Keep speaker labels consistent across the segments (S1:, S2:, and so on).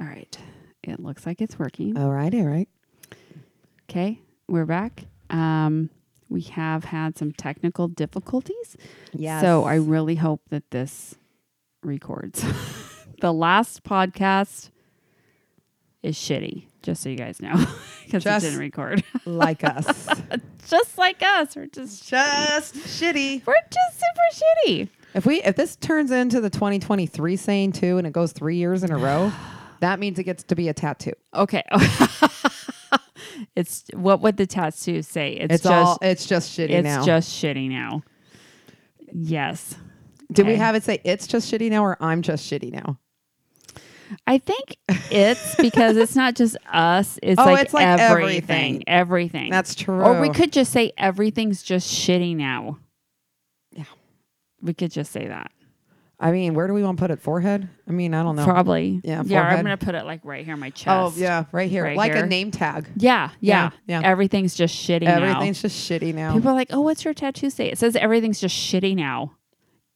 S1: right. It looks like it's working.
S2: All right, all right.
S1: Okay, we're back. Um, we have had some technical difficulties.
S2: Yeah.
S1: So I really hope that this records. the last podcast is shitty, just so you guys know, because it
S2: Just-
S1: didn't record.
S2: like us.
S1: just like us, we're just
S2: Just shitty.
S1: we're just super shitty.
S2: If we if this turns into the 2023 saying too and it goes 3 years in a row, that means it gets to be a tattoo.
S1: Okay. it's what would the tattoo say? It's,
S2: It's,
S1: just
S2: all it's just shitty
S1: it's
S2: now.
S1: just shitty now. Yes.
S2: Did we
S1: okay.
S2: have it say it's just shitty now or I'm just shitty now?
S1: I think it's because it's not just us. It's,
S2: Oh,
S1: like,
S2: it's like
S1: everything,
S2: everything.
S1: everything.
S2: That's true.
S1: Or we could just say everything's just shitty now.
S2: Yeah.
S1: We could just say that.
S2: I mean, where do we want to put it? Forehead? I mean, I don't know.
S1: Probably.
S2: Yeah,
S1: Yeah. I'm
S2: forehead.
S1: gonna put it like right here on my chest.
S2: Oh, yeah, right here.
S1: Right
S2: like
S1: here.
S2: a name tag.
S1: Yeah. Yeah.
S2: Yeah, yeah.
S1: Everything's just shitty now.
S2: Everything's just shitty now.
S1: People are like, "Oh, what's your tattoo say?" It says everything's just shitty now.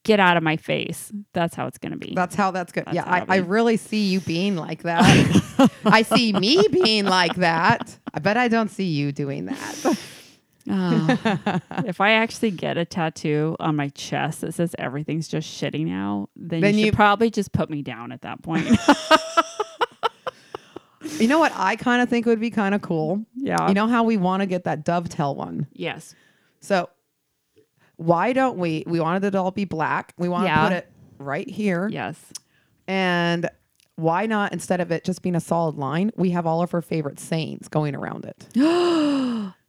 S1: Get out of my face. That's how it's gonna be.
S2: That's how that's good.
S1: That's
S2: yeah,
S1: how
S2: I,
S1: it
S2: I
S1: be.
S2: really see you being like that. I see me being like that. I bet I don't see you doing that.
S1: Ah. if I actually get a tattoo on my chest that says everything's just shitty now, then,
S2: Then
S1: you should
S2: you-
S1: probably just put me down at that point.
S2: You know what I kind of think would be kind of cool?
S1: yeah.
S2: You know how we want to get that dovetail one?
S1: Yes.
S2: So why don't we? We wanted it to all be black. We want to
S1: Yeah.
S2: put it right here.
S1: Yes.
S2: And why not, instead of it just being a solid line, we have all of our favorite sayings going around it.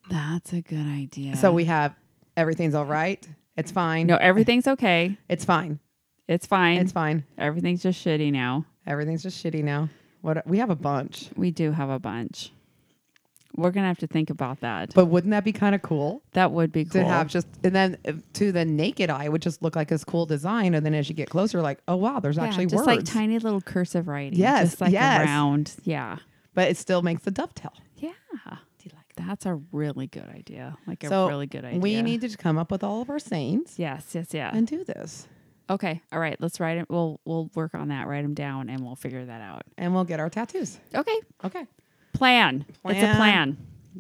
S1: That's a good idea.
S2: So we have everything's all right. It's fine.
S1: No, everything's okay.
S2: It's fine.
S1: It's fine.
S2: It's fine.
S1: Everything's just shitty now.
S2: Everything's just shitty now. What we have a bunch.
S1: We do have a bunch. We're gonna have to think about that.
S2: But wouldn't that be kind of cool
S1: that would be
S2: to
S1: cool.
S2: have just and then uh, to the naked eye it would just look like this cool design and then as you get closer like oh wow there's
S1: Yeah,
S2: actually
S1: just
S2: words
S1: like tiny little cursive writing.
S2: Yes,
S1: Just like
S2: yes.
S1: around. Yeah.
S2: but it still makes the dovetail.
S1: Yeah. That's a really good idea. Like a
S2: so
S1: really good idea.
S2: We need to come up with all of our sayings
S1: Yes, yes, yeah.
S2: and do this
S1: okay, all right. Let's write it. We'll we'll work on that. Write them down, and we'll figure that out.
S2: and we'll get our tattoos.
S1: Okay.
S2: Okay,
S1: Plan. It's a
S2: Plan.
S1: plan.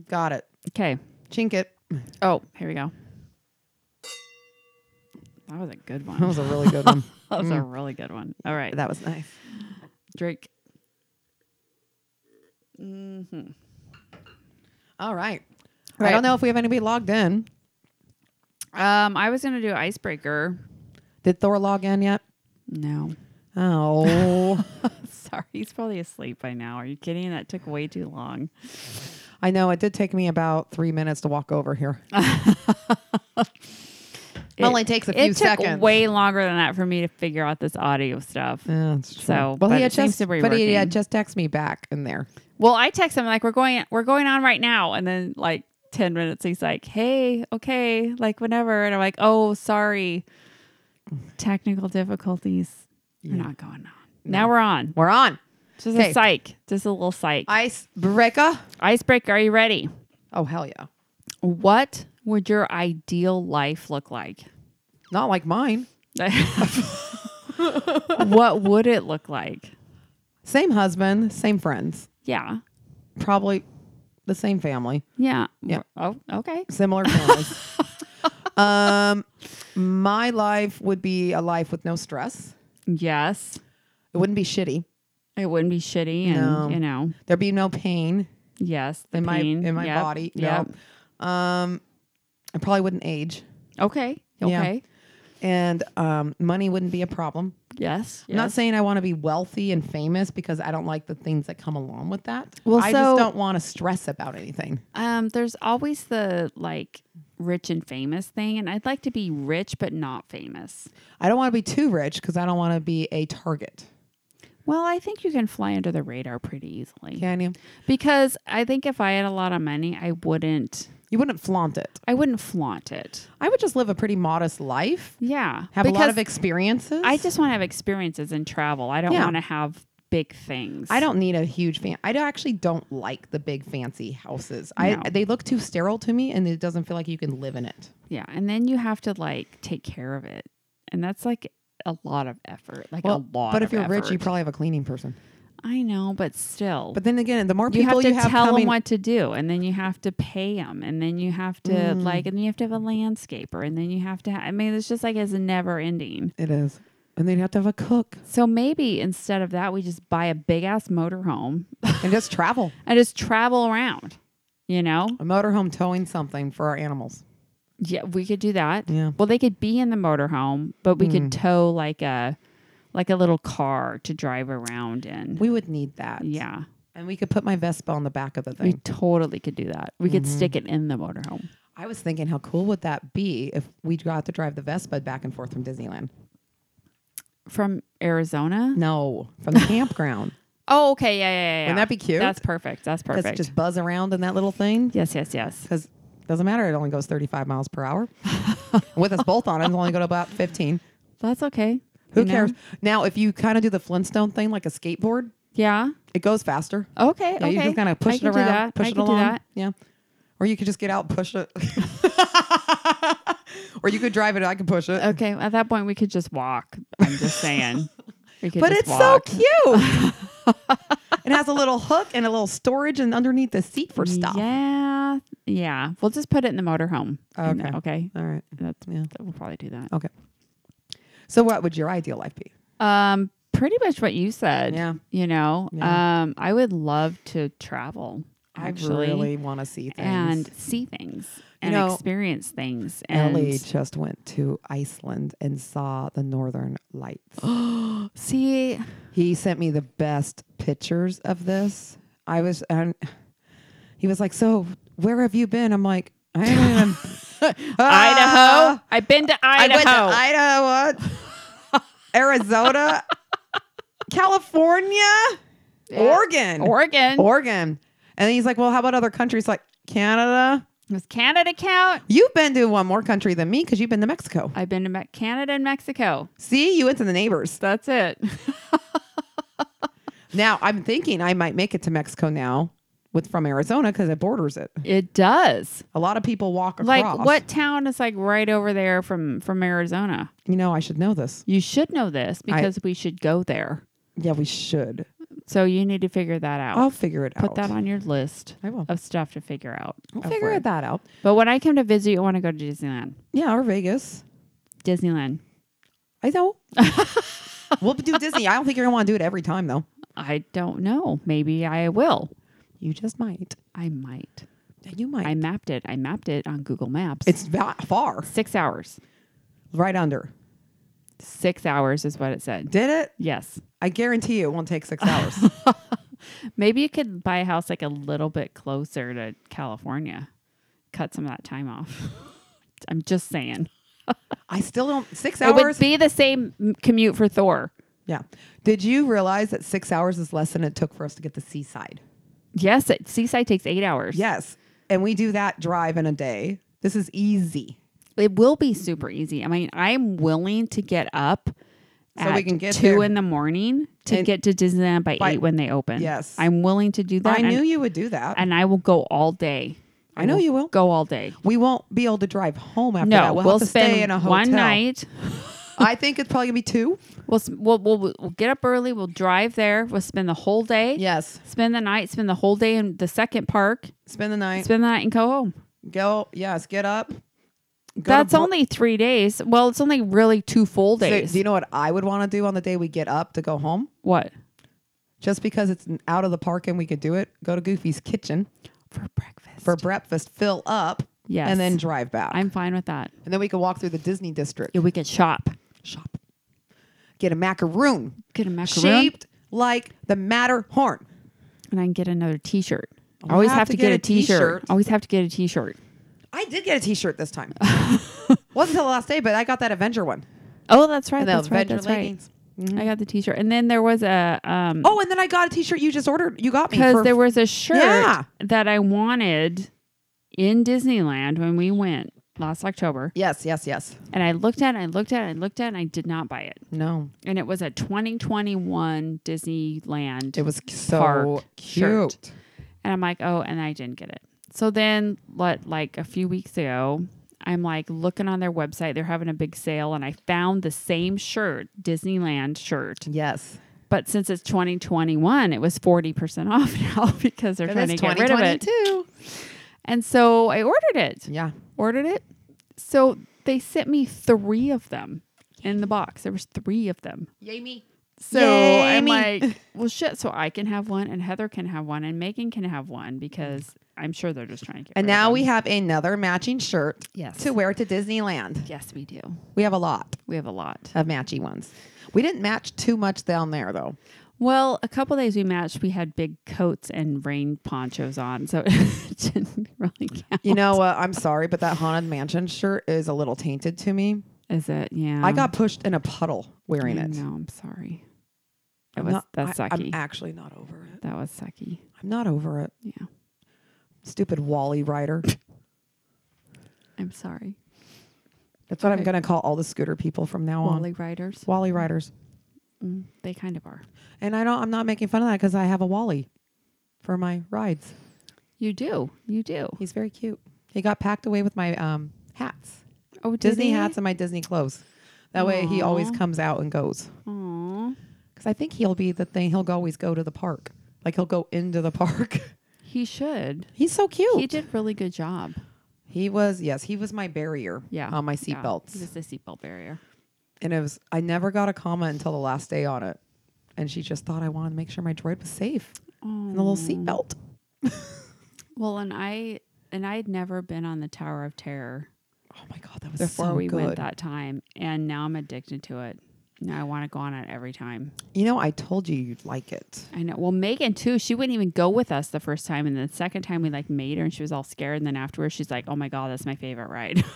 S2: got it.
S1: Okay.
S2: Chink it.
S1: Oh, here we go. That was a good
S2: That
S1: one.
S2: was a really good one.
S1: That was a really good one. All right,
S2: Mm. That was nice.
S1: Drake.
S2: All right.
S1: Right.
S2: I don't know if we have anybody logged in.
S1: Um, I was gonna do icebreaker.
S2: Did Thor log in yet?
S1: No,
S2: Oh,
S1: sorry, he's probably asleep by now. Are you kidding? That took way too long.
S2: I know. It did take me about three minutes to walk over here.
S1: It-
S2: Only takes a
S1: it
S2: few
S1: took
S2: seconds.
S1: Way longer than that for me to figure out this audio stuff.
S2: Yeah, that's true.
S1: So,
S2: well,
S1: but
S2: he
S1: it
S2: had
S1: seems
S2: just,
S1: to be
S2: but he
S1: working.
S2: had just texted me back in there.
S1: Well, I text him like we're going we're going on right now, and then like ten minutes he's like, "Hey, okay, like whenever," and I'm like, "Oh, sorry, technical difficulties. We're not going on. Now we're on.
S2: We're on.
S1: Just a
S2: Okay.
S1: psych, just a little psych.
S2: Ice breaker.
S1: Icebreaker, are you ready?
S2: Oh hell yeah!
S1: What would your ideal life look like?
S2: Not like mine.
S1: what would it look like?
S2: Same husband, same friends,
S1: Yeah,
S2: probably the same family,
S1: yeah,
S2: Yeah.
S1: Oh, okay.
S2: similar families. um, my life would be a life with no stress.
S1: Yes,
S2: It wouldn't be shitty.
S1: it wouldn't be shitty, and
S2: No.
S1: you know,
S2: There'd be no pain
S1: yes, the
S2: in my
S1: pain.
S2: in my
S1: Yep,
S2: body.
S1: Yep.
S2: No. Um, I probably wouldn't age,
S1: Okay.
S2: Yeah.
S1: Okay.
S2: and um, money wouldn't be a problem.
S1: Yes.
S2: I'm not
S1: yes.
S2: saying I want to be wealthy and famous because I don't like the things that come along with that.
S1: Well,
S2: I
S1: so-
S2: just don't want to stress about anything.
S1: um, there's always the like rich and famous thing, and I'd like to be rich but not famous.
S2: I don't want to be too rich because I don't want to be a target.
S1: Well, I think you can fly under the radar pretty easily.
S2: Can you?
S1: Because I think if I had a lot of money, I wouldn't.
S2: You wouldn't flaunt it.
S1: I wouldn't flaunt it.
S2: I would just live a pretty modest life,
S1: Yeah.
S2: have a lot of
S1: because
S2: experiences.
S1: I just want to have experiences and travel. I don't
S2: Yeah.
S1: want to have big things.
S2: I don't need a huge fan. I don't- actually don't like the big fancy houses.
S1: No.
S2: I they look too sterile to me, and it doesn't feel like you can live in it.
S1: Yeah. And then you have to like take care of it, and that's like a lot of effort. Like a lot.
S2: but if
S1: of
S2: you're rich, you
S1: effort.
S2: probably have a cleaning person.
S1: I know, but still.
S2: But then again, the more
S1: you have
S2: people
S1: to
S2: you have
S1: tell
S2: coming,
S1: them what to do, and then you have to pay them, and then you have to
S2: Mm.
S1: like, and then you have to have a landscaper, and then you have to. Ha- I mean, it's just like it's never ending.
S2: it is, and they'd have to have a cook
S1: So maybe instead of that, we just buy a big ass motorhome
S2: and just travel
S1: and just travel around. You know,
S2: a motorhome towing something for our animals.
S1: yeah, we could do that.
S2: Yeah. Hmm.
S1: Well, they could be in the motorhome, but we could tow like a like a little car to drive around in.
S2: We would need that.
S1: yeah,
S2: and we could put my Vespa on the back of the
S1: we
S2: thing.
S1: totally could do that. We
S2: Mm-hmm.
S1: could stick it in the motorhome.
S2: I was thinking, how cool would that be if we got to drive the Vespa back and forth from Disneyland?
S1: From Arizona?
S2: No, from the campground.
S1: Oh, okay. Yeah, yeah, yeah. yeah.
S2: Wouldn't that be cute?
S1: That's perfect. That's perfect.
S2: Let's just buzz around in that little thing.
S1: yes, yes, yes.
S2: Because doesn't matter. It only goes 35 miles per hour. With us both on it, it'll only go to about 15.
S1: That's okay.
S2: Who
S1: You know?
S2: cares? Now, if you kind of do the Flintstone thing like a skateboard,
S1: Yeah.
S2: it goes faster.
S1: Okay.
S2: Yeah,
S1: okay.
S2: you just kind of
S1: I
S2: push it
S1: can do
S2: around,
S1: that.
S2: push
S1: I
S2: it
S1: can do
S2: along.
S1: that.
S2: Yeah. Or you could just get out and push it. or you could drive it. I can push it.
S1: Okay. At that point, we could just walk. I'm just saying. We could
S2: but
S1: just
S2: it's
S1: walk.
S2: so cute. it has a little hook and a little storage and underneath the seat for stuff.
S1: Yeah. Yeah. We'll just put it in the motorhome. And
S2: Oh, Okay.
S1: then- Okay.
S2: All right.
S1: That's,
S2: Yeah.
S1: We'll probably do that.
S2: Okay. So, what would your ideal life be?
S1: Um, pretty much what you said.
S2: Oh. Yeah.
S1: You know,
S2: Yeah.
S1: um, I would love to travel. Actually.
S2: I really want to see things.
S1: and see things and
S2: know,
S1: experience things. And
S2: Ellie just went to Iceland and saw the northern lights.
S1: see,
S2: he sent me the best pictures of this. I was and he was like, "So, where have you been?" I'm like, "I haven't even
S1: Idaho. I've been to
S2: Ah! I
S1: Idaho.
S2: went to Idaho, what? Arizona, California,
S1: Yeah.
S2: Oregon,
S1: Oregon.
S2: Oregon." And he's like, "Well, how about other countries like Canada?
S1: Does Canada count?
S2: You've been to one more country than me because you've been to Mexico.
S1: I've been to Me- Canada and Mexico.
S2: See, you went to the neighbors.
S1: That's it.
S2: Now I'm thinking I might make it to Mexico now." With from Arizona because it borders it.
S1: It does.
S2: A lot of people walk across.
S1: Like what town is like right over there from from Arizona?
S2: You know, I should know this.
S1: You should know this because we should go there.
S2: Yeah, we should.
S1: So you need to figure that out.
S2: I'll figure it
S1: Put
S2: out.
S1: that on your list
S2: I will.
S1: of stuff to figure out.
S2: I'll
S1: of
S2: figure
S1: where-
S2: that out.
S1: But when I come to visit, you I want to go to Disneyland.
S2: Yeah, or Vegas.
S1: Disneyland.
S2: I know. we'll do Disney. I don't think you're gonna want to do it every time though.
S1: I don't know. Maybe I will.
S2: You just might.
S1: I might.
S2: You might.
S1: I mapped it. I mapped it on Google Maps.
S2: it's va- far,
S1: six hours.
S2: right under.
S1: Six hours is what it said.
S2: Did it?
S1: Yes.
S2: I guarantee you, it won't take six hours.
S1: Maybe you could buy a house like a little bit closer to California. Cut some of that time off. I'm just saying.
S2: I still don't. Six
S1: It would
S2: hours.
S1: be the same m- commute for Thor.
S2: yeah. Did you realize that six hours is less than it took for us to get to Seaside?
S1: Yes, it, Seaside takes eight hours.
S2: Yes, and we do that drive in a day. This is easy.
S1: It will be super easy. I mean, I'm willing to get up
S2: So
S1: at
S2: we can get
S1: two
S2: there.
S1: in the morning to
S2: And-
S1: get to Disneyland by,
S2: By-
S1: eight when they open.
S2: Yes.
S1: I'm willing to do that.
S2: I
S1: and-
S2: knew you would do that.
S1: and I will go all day.
S2: I know you will.
S1: Go all day.
S2: We won't be able to drive home after
S1: No,
S2: that.
S1: we'll,
S2: We'll, have to
S1: spend
S2: stay in a hotel.
S1: one night.
S2: I think it's probably gonna be two.
S1: We'll, s- we'll we'll we'll get up early. We'll drive there. We'll spend the whole day.
S2: Yes.
S1: Spend the night. Spend the whole day in the second park.
S2: Spend the night.
S1: Spend the night and go home.
S2: go. Yes. Get up. Go to
S1: That's
S2: br-
S1: only three days. Well, it's only really two full
S2: So,
S1: days.
S2: do you know what I would want to do on the day we get up to go home?
S1: what
S2: Just because it's n- out of the park and we could do it. Go to Goofy's kitchen
S1: for breakfast?
S2: for breakfast. Fill up.
S1: Yes.
S2: And then drive back.
S1: I'm fine with that.
S2: and then we could walk through the Disney district.
S1: Yeah, we could shop.
S2: Shop. Get a macaroon
S1: Get a macaron,
S2: shaped like the Matterhorn.
S1: and I can get another T-shirt.
S2: I'll
S1: I always
S2: have
S1: have,
S2: to
S1: to, get,
S2: get a
S1: a T-shirt.
S2: t-shirt.
S1: Always have to get a T-shirt.
S2: I did get a T-shirt this time. Wasn't until the last day, but I got that Avenger one.
S1: Oh, that's right.
S2: the
S1: That's right. Mm-hmm.
S2: Avenger
S1: That's right.
S2: leggings.
S1: I got the T-shirt, and then there was a um,
S2: Oh, and then I got a T-shirt you just ordered. You got me
S1: because
S2: for
S1: there was a shirt
S2: Yeah.
S1: that I wanted in Disneyland when we went last October.
S2: yes, yes, yes.
S1: And I looked at it, I looked at it, I looked at it, and I did not buy it.
S2: No,
S1: And it was a 2021 Disneyland.
S2: it was so
S1: Park
S2: cute.
S1: shirt. and I'm like, oh, and I didn't get it. So then, let, like a few weeks ago, I'm like looking on their website. They're having a big sale, and I found the same shirt, Disneyland shirt,
S2: Yes,
S1: But since it's 2021, it was 40% off now because they're trying to get rid of it. And so I ordered it.
S2: Yeah.
S1: Ordered it. So they sent me three of them in the box. There was three of them.
S2: Yay me.
S1: So
S2: Yay,
S1: I'm
S2: me.
S1: like, well, shit. So I can have one, and Heather can have one, and Megan can have one because I'm sure they're just trying to get.
S2: And now we have another matching shirt
S1: Yes.
S2: to wear to Disneyland.
S1: yes, we do.
S2: We have a lot
S1: We have a lot.
S2: of matchy ones. We didn't match too much down there though.
S1: Well, a couple days we matched. We had big coats and rain ponchos on, so it didn't really count.
S2: You know, uh, I'm sorry, but that haunted mansion shirt is a little tainted to me.
S1: Is it? Yeah.
S2: I got pushed in a puddle wearing it.
S1: No, I'm sorry. That
S2: I'm
S1: was
S2: not-
S1: that's
S2: I,
S1: sucky.
S2: am actually not over it.
S1: that was sucky.
S2: I'm not over it.
S1: Yeah.
S2: Stupid Wally rider.
S1: I'm sorry.
S2: That's what I'm
S1: Okay.
S2: going to call all the scooter people from now on.
S1: Wally riders.
S2: Wally riders.
S1: Mm, they kind of are.
S2: And I don't I'm not making fun of that cuz I have a Wally for my rides.
S1: You do. You do.
S2: He's very cute. He got packed away with my um hats.
S1: Oh, did
S2: Disney
S1: he?
S2: hats and my Disney clothes. That way he always
S1: Aw.
S2: comes out and goes.
S1: Aw.
S2: Cuz I think he'll be the thing he'll go always go to the park. Like he'll go into the park.
S1: He should.
S2: He's so cute.
S1: He did really good job.
S2: He was yes, he was my barrier
S1: Yeah.
S2: on my
S1: yeah.
S2: seatbelts.
S1: He was the seatbelt barrier.
S2: and it was I never got a comma until the last day on it. And she just thought I wanted to make sure my droid was safe. And the little seatbelt.
S1: Well, and I and I had never been on the Tower of Terror
S2: Oh my god, that was
S1: before
S2: so
S1: we
S2: good.
S1: went that time, and now I'm addicted to it. Now I want to go on it every time.
S2: You know, I told you you'd like it.
S1: I know. Well, Megan too. She wouldn't even go with us the first time, and the second time we like made her, and she was all scared. And then afterwards, she's like, "Oh my god, that's my favorite ride."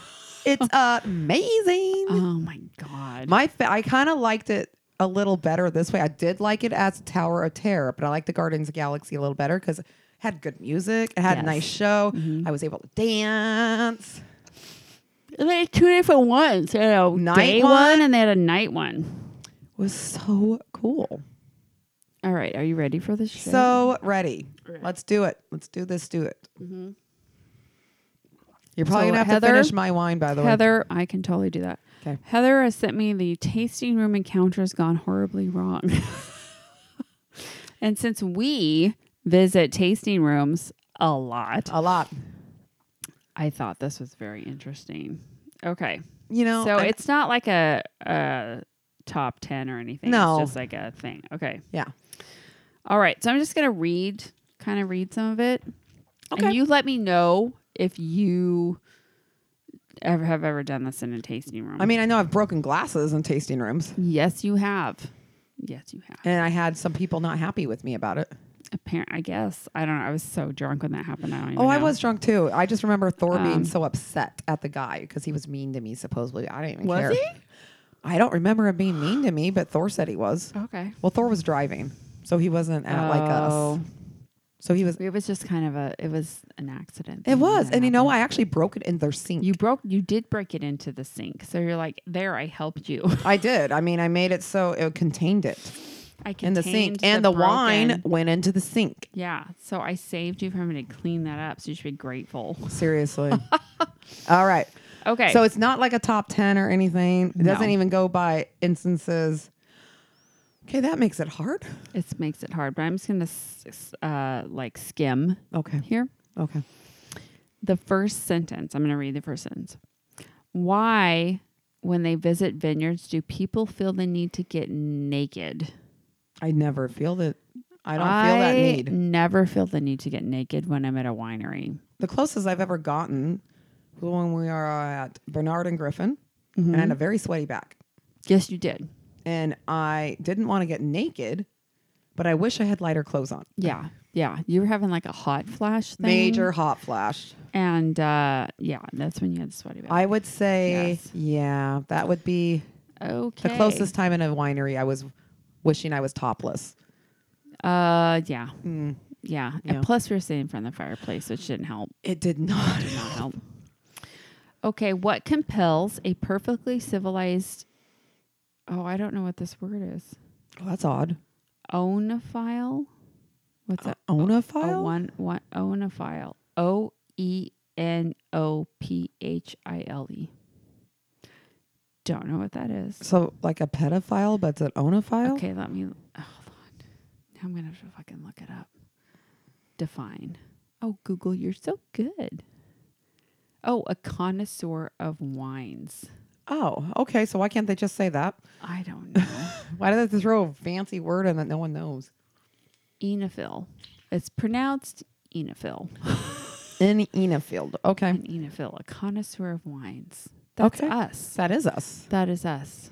S2: It's amazing.
S1: oh my god.
S2: my fa- I kind of liked it a little better this way. I did like it as Tower of Terror, but I liked the Guardians of the Galaxy a little better because it had good music. It
S1: Yes.
S2: had
S1: Mm-hmm.
S2: a nice show. I was able to dance.
S1: they had two different ones. They had a
S2: Night
S1: day
S2: one?
S1: one and they had a night one.
S2: It was so cool.
S1: All right, are you ready for this? shit?
S2: So ready.
S1: Right.
S2: Let's do it. Let's do this. Do it.
S1: Mhm.
S2: You're probably
S1: So,
S2: gonna have
S1: Heather-
S2: to finish my wine, by the way.
S1: Heather, I can totally do that.
S2: 'Kay.
S1: Heather has sent me the tasting room encounters gone horribly wrong. and since we visit tasting rooms a lot,
S2: A lot.
S1: I thought this was very interesting. Okay.
S2: You know.
S1: so
S2: and-
S1: it's not like a, a top 10 or anything.
S2: No.
S1: It's just like a thing. Okay.
S2: yeah.
S1: All right. So I'm just going to read, kind of read some of it.
S2: Okay.
S1: And you let me know if you ever have ever done this in a tasting room.
S2: I mean, I know I've broken glasses in tasting rooms,
S1: Yes, you have. Yes, you have.
S2: and I had some people not happy with me about it.
S1: Apparent, I guess. I don't know. I was so drunk when that happened. I don't even
S2: Oh, I
S1: know.
S2: was drunk too. I just remember Thor
S1: Um,
S2: being so upset at the guy because he was mean to me. Supposedly, I didn't even
S1: Was
S2: care.
S1: he?
S2: I don't remember him being mean to me, but Thor said he was.
S1: Okay.
S2: Well, Thor was driving, so he wasn't at like us.
S1: Oh.
S2: So he was.
S1: It was just kind of a. It was an accident.
S2: It
S1: thing
S2: was,
S1: that
S2: and you know,
S1: happened.
S2: I actually broke it in their sink.
S1: You broke. You did break it into the sink. So you're like, there, I helped you.
S2: I did. I mean, I made it so it contained it
S1: I
S2: in the
S1: contained
S2: sink, and the, wine
S1: broken-
S2: went into the sink.
S1: Yeah. So I saved you from having to clean that up. So you should be grateful.
S2: Seriously. All right.
S1: Okay.
S2: So it's not like a top 10 or anything. It doesn't
S1: No.
S2: even go by instances. Okay, that makes it hard.
S1: it makes it hard, but I'm just gonna s- s- uh, like skim
S2: Okay.
S1: here.
S2: Okay.
S1: the first sentence. I'm going to read the first sentence. Why, when they visit vineyards, do people feel the need to get naked?
S2: I never feel that. I don't feel that
S1: I
S2: need.
S1: Never feel the need to get naked when I'm at a winery.
S2: The closest I've ever gotten was when we are at Bernard and Griffin, and I
S1: Mm-hmm.
S2: had a very sweaty back.
S1: Yes, you did.
S2: And I didn't want to get naked, but I wish I had lighter clothes on.
S1: Yeah, yeah. You were having like a hot flash thing.
S2: Major hot flash.
S1: And uh, yeah, that's when you had the sweaty back.
S2: I would say,
S1: Yes.
S2: yeah, that would be
S1: okay.
S2: the closest time in a winery I was wishing I was topless.
S1: Uh, yeah.
S2: Mm.
S1: yeah,
S2: Yeah.
S1: And plus, we were sitting in front of the fireplace, which didn't help.
S2: It did not.
S1: did not help. Okay, what compels a perfectly civilized Oh, I don't know what this word is.
S2: Oh, that's odd.
S1: Onophile? What's that?
S2: Onophile?
S1: A one one onophile. O E N O P H I L E. Don't know what that is.
S2: So like a pedophile, but it's an onophile?
S1: Okay, let me oh, I'm gonna have to fucking look it up. Define. Oh, Google, you're so good. Oh, a connoisseur of wines.
S2: Oh, okay. So why can't they just say that?
S1: I don't know.
S2: Why do they have to throw a fancy word in that no one knows?
S1: Enophil. It's pronounced Enophil.
S2: In Enafield. Okay.
S1: An Enophil, a connoisseur of wines. That's
S2: Okay.
S1: us.
S2: That is us.
S1: That is us.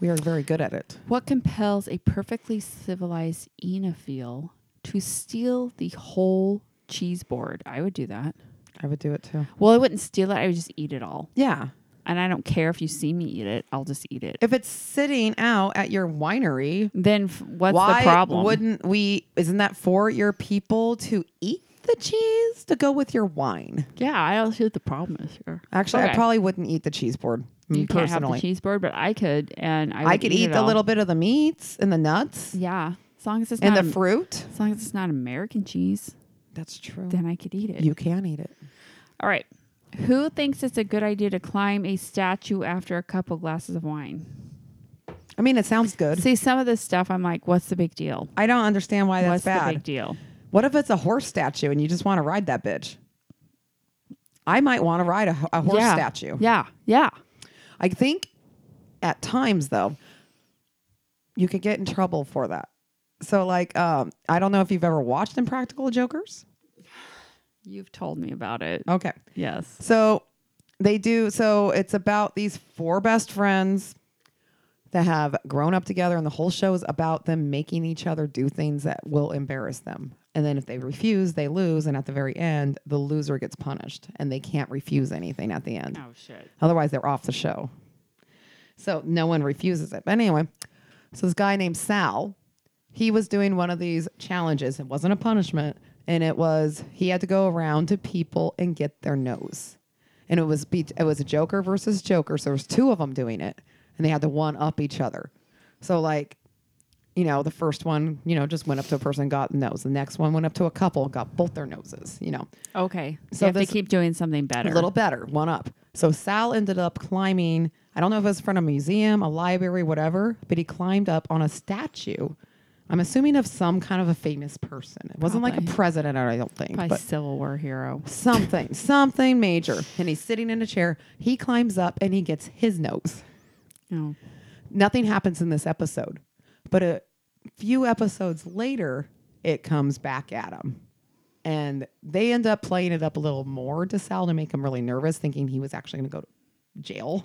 S2: We are very good at it.
S1: What compels a perfectly civilized Enophil to steal the whole cheese board? I would do that.
S2: I would do it too.
S1: Well, I wouldn't steal it. I would just eat it all.
S2: Yeah.
S1: And I don't care if you see me eat it. I'll just eat it.
S2: If it's sitting out at your winery,
S1: then f- what's
S2: why
S1: the problem?
S2: wouldn't we? Isn't that for your people to eat the cheese to go with your wine?
S1: yeah, I don't see what the problem is here.
S2: Actually, I
S1: Okay.
S2: probably wouldn't eat the cheese board
S1: you can't
S2: mm,
S1: have the
S2: Uh, personally.
S1: cheese board, but I could, and I,
S2: I
S1: would
S2: could
S1: eat,
S2: eat
S1: it
S2: the
S1: all.
S2: little bit of the meats and the nuts
S1: Yeah, as long as it's
S2: and
S1: not
S2: the
S1: Am-
S2: fruit.
S1: as long as it's not American cheese,
S2: That's true.
S1: then I could eat it.
S2: You can eat it.
S1: all right. Who thinks it's a good idea to climb a statue after a couple glasses of wine?
S2: I mean, it sounds good.
S1: See, some of this stuff, I'm like, what's the big deal?
S2: I don't understand why
S1: what's
S2: that's
S1: the
S2: bad.
S1: big deal?
S2: What if it's a horse statue and you just want to ride that bitch? I might want to ride a, ho- a horse
S1: yeah.
S2: statue.
S1: Yeah, yeah.
S2: I think at times though, you could get in trouble for that. So like, um, I don't know if you've ever watched Impractical Jokers.
S1: You've told me about it.
S2: Okay,
S1: Yes.
S2: so they do. So it's about these four best friends that have grown up together, and the whole show is about them making each other do things that will embarrass them. And then if they refuse, they lose. And at the very end, the loser gets punished, and they can't refuse anything at the end.
S1: Oh shit.
S2: Otherwise, they're off the show. So no one refuses it. But anyway, so this guy named Sal, he was doing one of these challenges. It wasn't a punishment, and it was he had to go around to people and get their nose. And it was be, it was a Joker versus Joker. So there was two of them doing it, and they had to one up each other. So like, you know, the first one, you know, just went up to a person, got a nose. The next one went up to a couple, got both their noses. You know,
S1: Okay. So
S2: So
S1: you have
S2: this-
S1: to keep doing something better.
S2: a little better, one up. So Sal ended up climbing, I don't know if it was in front of a museum, a library, whatever, but he climbed up on a statue. I'm assuming of some kind of a famous person. It wasn't like
S1: Probably.
S2: a president, I don't think,
S1: Probably
S2: but
S1: Civil War hero.
S2: something, something major. And he's sitting in a chair. He climbs up and he gets his nose.
S1: Oh.
S2: Nothing happens in this episode, but a few episodes later, it comes back at him. And they end up playing it up a little more to Sal to make him really nervous, thinking he was actually going to go to jail.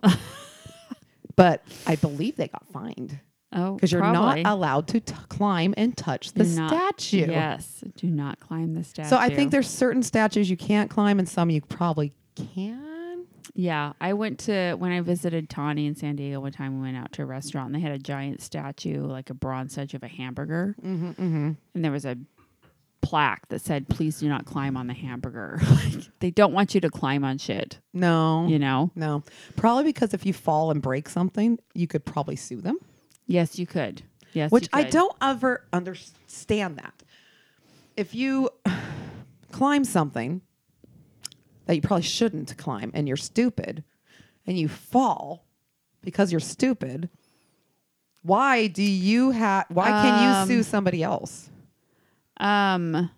S2: but I believe they got fined
S1: Oh.
S2: because you're
S1: probably.
S2: not allowed to t- climb and touch the
S1: Do not-
S2: statue.
S1: Yes. Do not climb the statue.
S2: So I think there's certain statues you can't climb and some you probably can.
S1: Yeah. I went to, when I visited Tawny in San Diego one time, we went out to a restaurant and they had a giant statue, like a bronze statue of a hamburger. Mm-hmm, And there was a plaque that said, please do not climb on the hamburger. like, they don't want you to climb on shit,
S2: No.
S1: you know?
S2: No. Probably because if you fall and break something, you could probably sue them.
S1: Yes, you could. Yes.
S2: which
S1: you
S2: I
S1: could.
S2: don't ever understand that. If you climb something that you probably shouldn't climb and you're stupid and you fall because you're stupid, why do you have why can you sue somebody else?
S1: Um,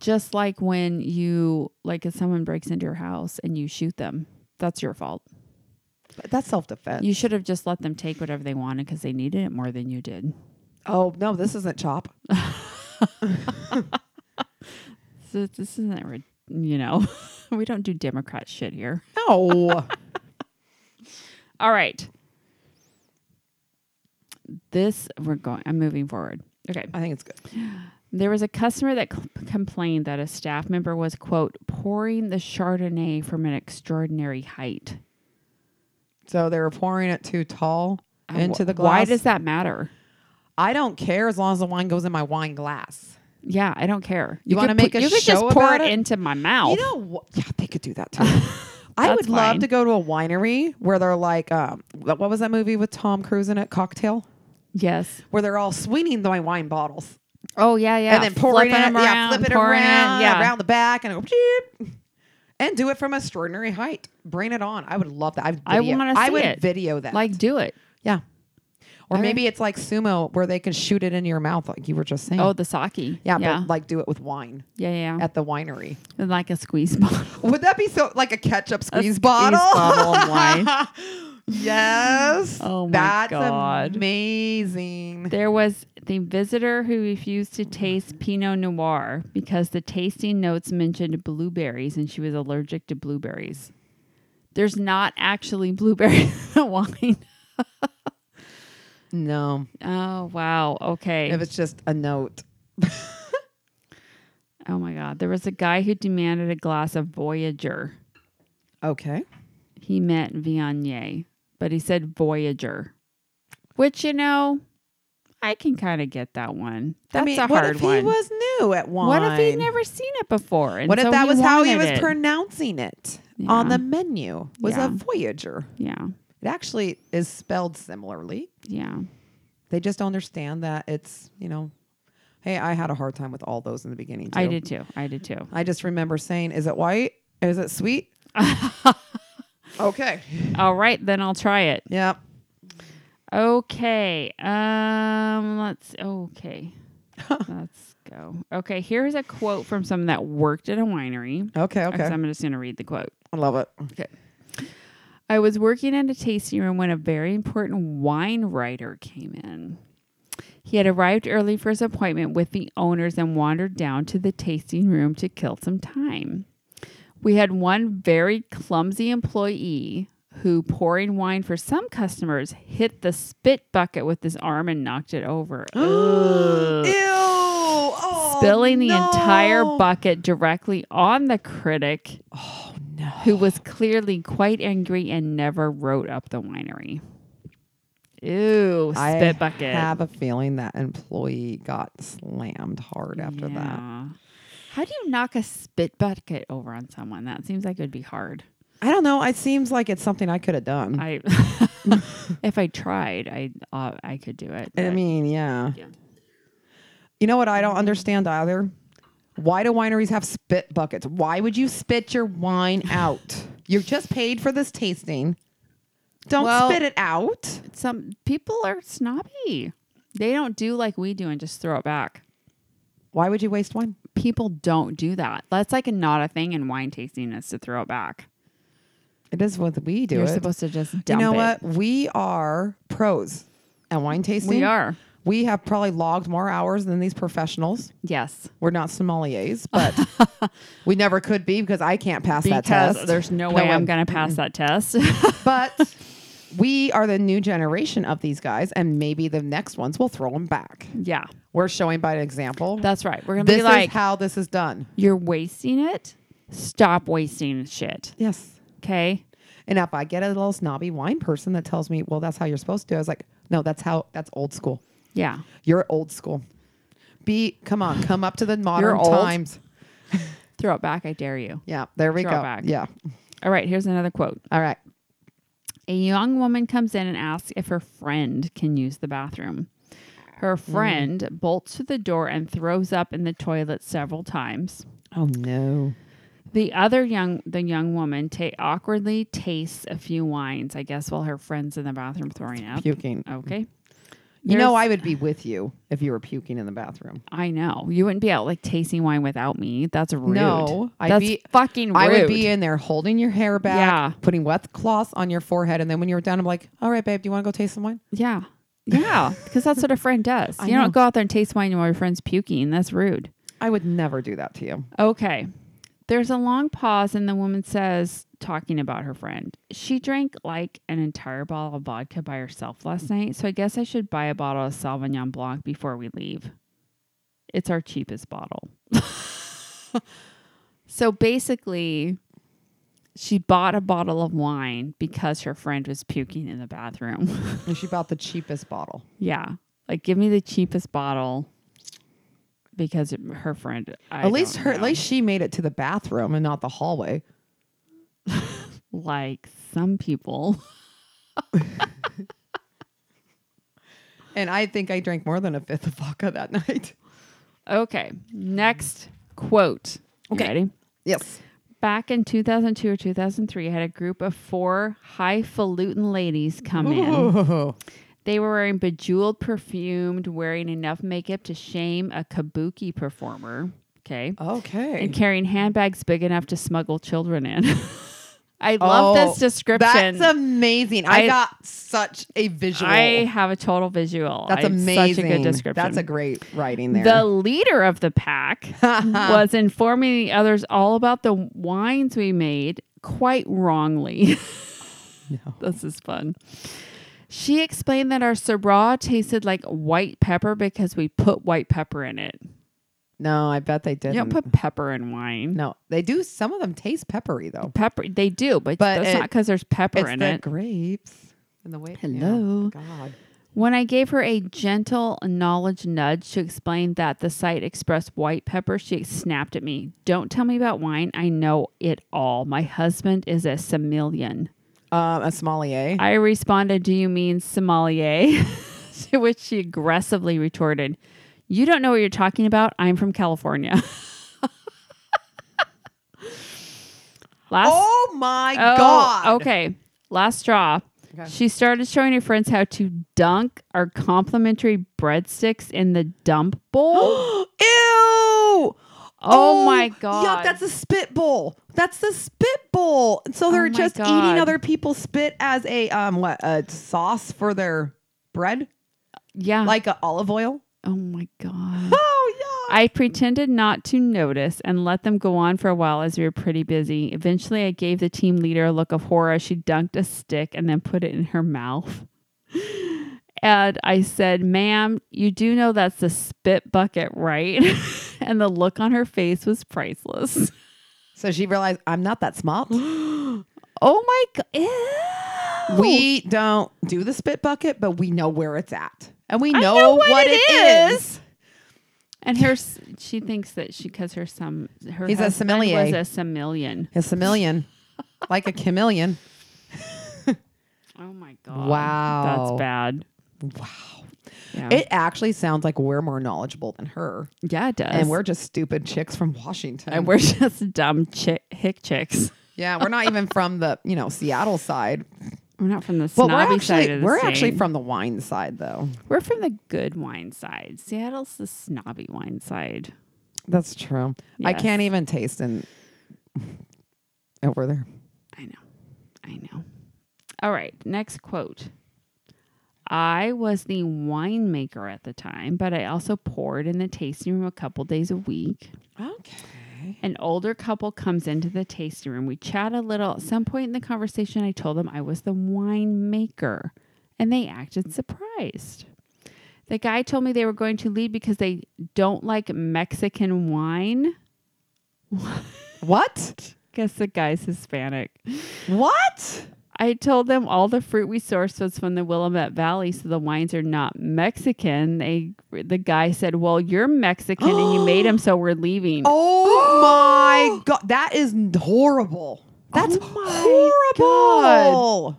S1: just like when you like if someone breaks into your house and you shoot them, that's your fault.
S2: But That's self-defense.
S1: You should have just let them take whatever they wanted because they needed it more than you did.
S2: oh, no, this isn't chop.
S1: So this isn't, re- you know, we don't do Democrat shit here.
S2: No.
S1: All right. This we're going. I'm moving forward. Okay.
S2: I think it's good.
S1: There was a customer that c complained that a staff member was, quote, pouring the Chardonnay from an extraordinary height.
S2: So they were pouring it too tall
S1: Uh,
S2: into
S1: wh-
S2: the glass.
S1: Why does that matter?
S2: I don't care as long as the wine goes in my wine glass.
S1: Yeah, I don't care.
S2: You wanna
S1: could
S2: make
S1: put-
S2: a
S1: You could
S2: show
S1: just pour
S2: about
S1: it,
S2: it?
S1: into my mouth.
S2: You know what? Yeah, they could do that too. I would
S1: That's fine.
S2: love to go to a winery where they're like, um, what what was that movie with Tom Cruise in it? Cocktail,
S1: yes.
S2: where they're all swinging the wine bottles
S1: Oh yeah, yeah.
S2: and then pouring it,
S1: Flipping 'em
S2: yeah, flip it
S1: pouring it in,
S2: around,
S1: yeah.
S2: around the back, and go, beep, and do it from extraordinary height. Bring it on. I would love that. I would.
S1: I
S2: Video,
S1: wanna
S2: I
S1: see
S2: would
S1: it.
S2: video that.
S1: Like, do it.
S2: yeah. Or
S1: Okay.
S2: maybe it's like sumo where they can shoot it into your mouth, like you were just saying.
S1: Oh, the sake.
S2: yeah,
S1: yeah,
S2: but like do it with wine
S1: yeah, yeah.
S2: at the winery.
S1: And like a squeeze bottle.
S2: Would that be so like a ketchup squeeze
S1: squeeze
S2: bottle?
S1: bottle of wine.
S2: yes.
S1: Oh my
S2: That's
S1: God.
S2: amazing.
S1: There was the visitor who refused to taste Pinot Noir because the tasting notes mentioned blueberries and she was allergic to blueberries. There's not actually blueberries in the wine.
S2: No,
S1: Oh, wow. Okay.
S2: if it's just a note.
S1: oh, my God. There was a guy who demanded a glass of Voyager.
S2: Okay.
S1: He meant Viognier, but he said Voyager, which, you know, I can kind of get that one. That's
S2: I mean,
S1: a
S2: what
S1: hard
S2: if
S1: one.
S2: he was new at wine?
S1: what if he'd never seen it before? and
S2: What if
S1: so
S2: that was how he
S1: wanted
S2: was
S1: it?
S2: pronouncing it on
S1: Yeah.
S2: the menu? Was
S1: Yeah.
S2: a voyager.
S1: Yeah.
S2: It actually is spelled similarly.
S1: Yeah.
S2: They just don't understand that it's you know. Hey, I had a hard time with all those in the beginning. Too.
S1: I did too. I did too.
S2: I just remember saying, "Is it white? Is it sweet?" okay.
S1: All right, then I'll try it.
S2: Yep.
S1: Okay. Um let's okay. let's go. Okay, here's a quote from someone that worked at a winery.
S2: Okay. Okay.
S1: Okay. I'm just going to read the quote.
S2: I love it.
S1: I was working in a tasting room when a very important wine writer came in. He had arrived early for his appointment with the owners and wandered down to the tasting room to kill some time. We had one very clumsy employee who, pouring wine for some customers, hit the spit bucket with his arm and knocked it over. Ugh.
S2: Ew. Oh,
S1: Spilling the entire
S2: no.
S1: bucket directly on the critic
S2: Oh no.
S1: who was clearly quite angry and never wrote up the winery. Ew,
S2: I
S1: spit bucket.
S2: have a feeling that employee got slammed hard after that.
S1: Yeah. How do you knock a spit bucket over on someone? That seems like it would be hard.
S2: I don't know. It seems like it's something I could have done. I,
S1: I, if I tried, I uh, I could do it. but-
S2: mean, yeah.
S1: Yeah.
S2: You know what I don't understand either? Why do wineries have spit buckets? Why would you spit your wine out? You're just paid for this tasting. Don't
S1: Well-
S2: spit it out.
S1: some people are snobby. They don't do like we do and just throw it back.
S2: Why would you waste wine?
S1: People don't do that. That's like not a thing in wine tasting is to throw it back.
S2: It is what we do.
S1: You're
S2: it.
S1: supposed to just
S2: you
S1: dump
S2: know
S1: it.
S2: what? We are pros at wine tasting.
S1: We are.
S2: We have probably logged more hours than these professionals.
S1: Yes.
S2: We're not sommeliers, but we never could be because I can't pass that
S1: because
S2: test.
S1: there's no way
S2: way.
S1: I'm going to pass that test.
S2: But we are the new generation of these guys, and maybe the next ones will throw them back.
S1: yeah,
S2: We're showing by an example.
S1: that's right. We're going to
S2: this
S1: be like,
S2: is how this is done.
S1: you're wasting it. Stop wasting shit.
S2: Yes.
S1: Okay.
S2: And if I get a little snobby wine person that tells me, "Well, that's how you're supposed to," do, it," I was like, "No, that's how. That's old school.
S1: Yeah.
S2: You're old school. Be come on, come up to the modern
S1: old?
S2: times."
S1: Throw it back. I dare you.
S2: Yeah, there we
S1: Throw it
S2: go.
S1: back.
S2: Yeah.
S1: All right. Here's another quote.
S2: All right.
S1: A young woman comes in and asks if her friend can use the bathroom. Her
S2: Mm.
S1: friend bolts to the door and throws up in the toilet several times.
S2: Oh no.
S1: The other young the young woman ta- awkwardly tastes a few wines, I guess, while her friend's in the bathroom throwing up.
S2: Puking.
S1: Okay.
S2: You know,
S1: There's-
S2: I would be with you if you were puking in the bathroom.
S1: I know. You wouldn't be out like tasting wine without me. That's rude.
S2: No, I'd
S1: That's
S2: be-
S1: fucking rude.
S2: I would be in there holding your hair back,
S1: Yeah.
S2: putting wet cloths on your forehead, and then when you were done, I'm like, "All right, babe, do you want to go taste some wine?"
S1: Yeah. Yeah. Because that's what a friend does.
S2: I
S1: you
S2: know.
S1: don't go out there and taste wine while your friend's puking. That's rude.
S2: I would never do that to you.
S1: Okay. There's a long pause, and the woman says, talking about her friend, she drank like an entire bottle of vodka by herself last night. So I guess I should buy a bottle of Sauvignon Blanc before we leave. It's our cheapest bottle. so basically, she bought a bottle of wine because her friend was puking in the bathroom.
S2: And she bought the cheapest bottle.
S1: yeah. Like, give me the cheapest bottle because her friend. I
S2: at least
S1: don't
S2: her, at
S1: know.
S2: least she made it to the bathroom and not the hallway.
S1: like some people.
S2: And I think I drank more than a fifth of vodka that night.
S1: Okay, next quote. You
S2: Okay.
S1: Ready?
S2: Yes.
S1: Back in 2002 or
S2: Oh.
S1: 2003, I had a group of four highfalutin ladies come in. They were wearing bejeweled, perfumed, wearing enough makeup to shame a kabuki performer. Okay.
S2: Okay.
S1: And carrying handbags big enough to smuggle children in. I love this description.
S2: That's Oh, amazing. I,
S1: I-
S2: got such a visual.
S1: I have a total visual.
S2: that's
S1: I-
S2: amazing.
S1: Such a good description.
S2: That's a great writing there.
S1: The leader of the pack was informing the others all about the wines we made quite wrongly.
S2: No.
S1: this is fun. She explained that our Syrah tasted like white pepper because we put white pepper in it.
S2: no, I bet they
S1: You
S2: didn't.
S1: don't put pepper in wine.
S2: no, they do. Some of them taste peppery though.
S1: Pepper, they do, but,
S2: But
S1: that's
S2: it-
S1: not because there's pepper
S2: it's
S1: in
S2: the
S1: it.
S2: grapes and the way.
S1: Hello.
S2: Yeah, God.
S1: When I gave her a gentle knowledge nudge to explain that the site expressed white pepper, she snapped at me. Don't tell me about wine. I know it all. My husband is a sommelier.
S2: Um, a sommelier.
S1: I responded, Do you mean sommelier? to which she aggressively retorted, You don't know what you're talking about. I'm from California. Last
S2: oh my
S1: Oh,
S2: god.
S1: Okay. Last straw.
S2: Okay.
S1: She started showing her friends how to dunk our complimentary breadsticks in the dump bowl.
S2: Ew.
S1: Oh my
S2: Yuck,
S1: God. Oh
S2: that's a spit bowl. That's the spit bowl. So they're
S1: my
S2: just
S1: God.
S2: eating other people's spit as a um what a sauce for their bread,
S1: yeah.
S2: like a olive oil.
S1: oh my god.
S2: Oh yeah.
S1: I pretended not to notice and let them go on for a while as we were pretty busy. Eventually, I gave the team leader a look of horror. as She dunked a stick and then put it in her mouth. And I said, Ma'am, you do know that's the spit bucket, right? and the look on her face was priceless.
S2: So she realized I'm not that smart.
S1: Oh my god!
S2: we don't do the spit bucket, but we know where it's at, and we
S1: I
S2: know, what, it is.
S1: and her s- she thinks that she because her some her
S2: He's a
S1: husband
S2: sommelier.
S1: was a sommelier.
S2: It's a million, like a chameleon.
S1: Oh my god!
S2: Wow.
S1: that's bad.
S2: Wow.
S1: Yeah,
S2: It actually sounds like we're more knowledgeable than her,
S1: yeah it does.
S2: and we're just stupid chicks from Washington.
S1: and we're just dumb chick hick chicks.
S2: Yeah, we're not even from the you know Seattle side.
S1: We're not from the
S2: Well,
S1: snobby
S2: we're
S1: side
S2: actually
S1: of the
S2: we're actually
S1: state.
S2: from the wine side though.
S1: we're from the good wine side. Seattle's the snobby wine side.
S2: That's true. I
S1: Yes.
S2: can't even taste in over there.
S1: I know. I know. All right. Next quote. I was the winemaker at the time, but I also poured in the tasting room a couple days a week.
S2: Okay.
S1: An older couple comes into the tasting room. We chat a little. At some point in the conversation, I told them I was the winemaker, and they acted surprised. The guy told me they were going to leave because they don't like Mexican wine.
S2: What?
S1: Guess the guy's Hispanic.
S2: What?
S1: I told them all the fruit we sourced was from the Willamette Valley, so the wines are not Mexican. They, the guy said, "Well, you're Mexican and you made them, so we're leaving."
S2: Oh my god, that is n- horrible. That's
S1: Oh my
S2: horrible.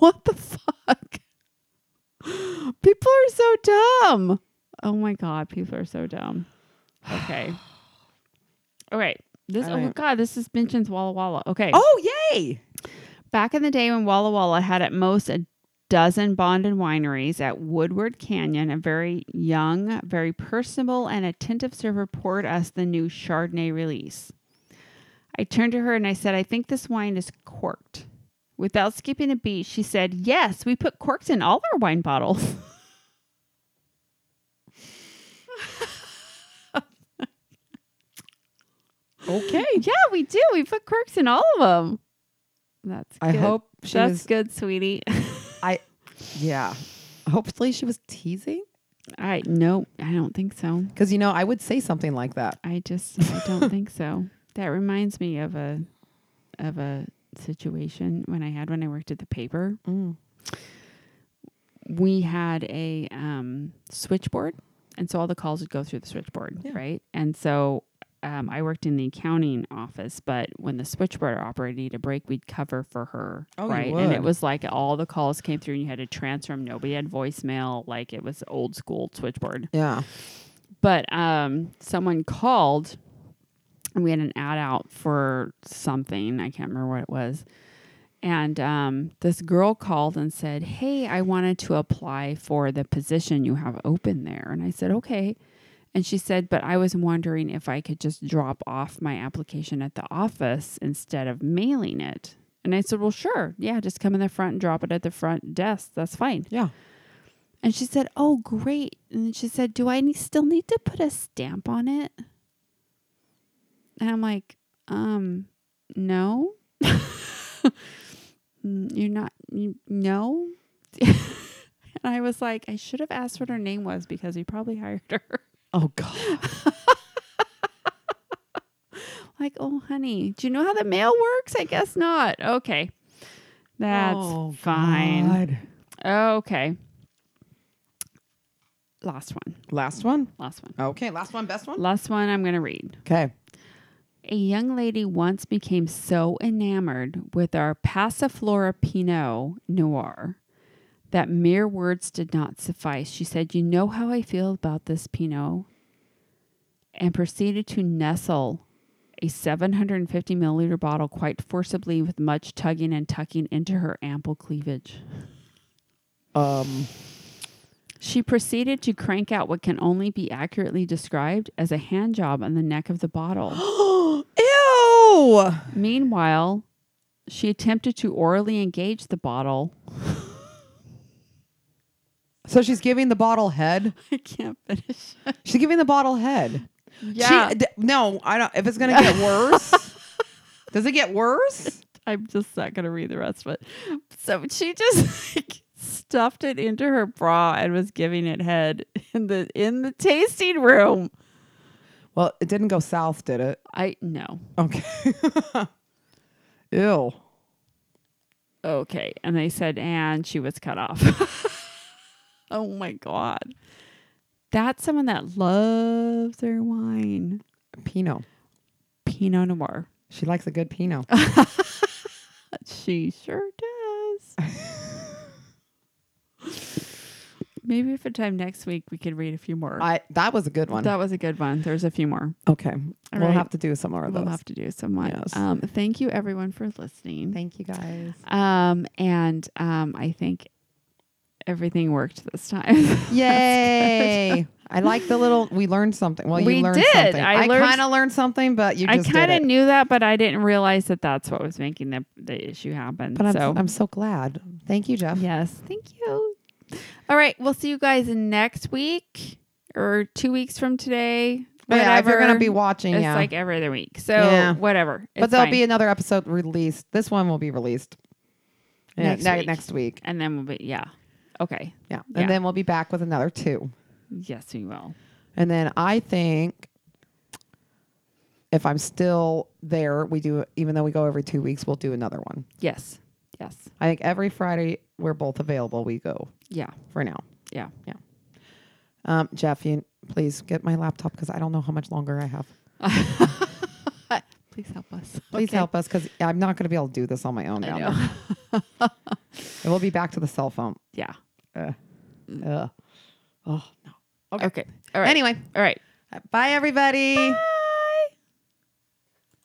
S1: what the fuck? People are so dumb. Oh my god, people are so dumb. Okay. All right. This
S2: All
S1: oh
S2: right.
S1: god, this is mentions Walla Walla. Okay.
S2: Oh yay!
S1: Back in the day when Walla Walla had at most a dozen bonded wineries at Woodward Canyon, a very young, very personable, and attentive server poured us the new Chardonnay release. I turned to her and I said, I think this wine is corked. Without skipping a beat, she said, Yes, we put corks in all our wine bottles.
S2: Okay.
S1: yeah, we do. We put corks in all of them. That's
S2: I
S1: good.
S2: hope she
S1: That's
S2: was
S1: good, sweetie.
S2: I yeah. Hopefully she was teasing.
S1: I no, I don't think so.
S2: Because you know, I would say something like that.
S1: I just I don't think so. That reminds me of a of a situation when I had when I worked at the paper.
S2: Mm.
S1: We had a um, switchboard, and so all the calls would go through the switchboard,
S2: Yeah.
S1: right? And so um, I worked in the accounting office, but when the switchboard operator needed a break, we'd cover for her,
S2: Oh, you
S1: right? And it
S2: would.
S1: was like all the calls came through, and you had to transfer them. Nobody had voicemail, like it was old school switchboard
S2: Yeah.
S1: but um, someone called and we had an ad out for something i can't remember what it was And um, this girl called and said, Hey, I wanted to apply for the position you have open there. And I said, Okay. And she said, But I was wondering if I could just drop off my application at the office instead of mailing it. And I said, Well, sure. Yeah, just come in the front and drop it at the front desk. That's fine.
S2: Yeah.
S1: And she said, Oh, great. And she said, Do I need, still need to put a stamp on it? And I'm like, um, no. "Mm, You're not, you, no. and I was like, I should have asked what her name was because we probably hired her.
S2: Oh God.
S1: Like, oh, honey, do you know how the mail works? I guess not. Okay. That's
S2: Oh,
S1: fine.
S2: God.
S1: Okay. Last one.
S2: Last one.
S1: Last one.
S2: Okay. Last one. Best one.
S1: Last one I'm going to read.
S2: Okay.
S1: A young lady once became so enamored with our Passiflora Pinot Noir that mere words did not suffice. She said, You know how I feel about this Pinot? And proceeded to nestle a 750 milliliter bottle quite forcibly with much tugging and tucking into her ample cleavage.
S2: Um.
S1: She proceeded to crank out what can only be accurately described as a hand job on the neck of the bottle.
S2: Ew.
S1: Meanwhile, she attempted to orally engage the bottle.
S2: So she's giving the bottle head.
S1: I can't finish.
S2: She's giving the bottle head.
S1: Yeah.
S2: She, d- no, I don't. If it's gonna get worse, does it get worse?
S1: I'm just not going to read the rest of it. So she just like stuffed it into her bra and was giving it head in the in the tasting room.
S2: Well, it didn't go south, did it?
S1: I no.
S2: Okay. Ew.
S1: Okay. And they said and she was cut off. oh my god. That's someone that loves their wine.
S2: Pinot.
S1: Pinot Noir.
S2: She likes a good Pinot.
S1: She sure does. Maybe for time next week we could read a few more.
S2: I. That was a good one.
S1: that was a good one. There's a few more.
S2: okay.
S1: All
S2: we'll
S1: right.
S2: have to do some more of
S1: We'll
S2: those.
S1: have to do some more.
S2: Yes.
S1: Um, thank you everyone for listening.
S2: Thank you guys.
S1: Um, and um, I think everything worked this time.
S2: Yay! I like the little. We learned something. Well, you
S1: We
S2: learned
S1: did.
S2: something.
S1: I
S2: I,
S1: learned-
S2: kind of learned something, but you
S1: I
S2: just
S1: kind of
S2: did it.
S1: knew that, but I didn't realize that that's what was making the the issue happen.
S2: But I'm
S1: so
S2: so. I'm so glad. Thank you, Jeff.
S1: Yes. Thank you. All right. We'll see you guys next week or two weeks from today.
S2: But Oh, yeah, if you're gonna be
S1: whatever.
S2: watching,
S1: It's
S2: yeah.
S1: like every other week. So
S2: Yeah.
S1: whatever.
S2: but
S1: It's
S2: there'll
S1: fine.
S2: be another episode released. This one will be released ne-
S1: Next
S2: ne-
S1: week.
S2: Next week.
S1: and then we'll be yeah. Okay.
S2: Yeah. And
S1: Yeah.
S2: then we'll be back with another two.
S1: Yes, we will.
S2: And then I think if I'm still there, we do, even though we go every two weeks, we'll do another one.
S1: Yes. Yes.
S2: I think every Friday we're both available. We go
S1: Yeah.
S2: for now.
S1: Yeah.
S2: Um, Jeff, you please get my laptop because I don't know how much longer I have.
S1: Please help us.
S2: Please
S1: Okay.
S2: help us because I'm not going to be able to do this on my own
S1: I
S2: now.
S1: know.
S2: And we'll be back to the cell phone.
S1: yeah.
S2: Ugh.
S1: Mm.
S2: Ugh. Oh no.
S1: Okay. All right.
S2: Anyway,
S1: All right.
S2: bye everybody.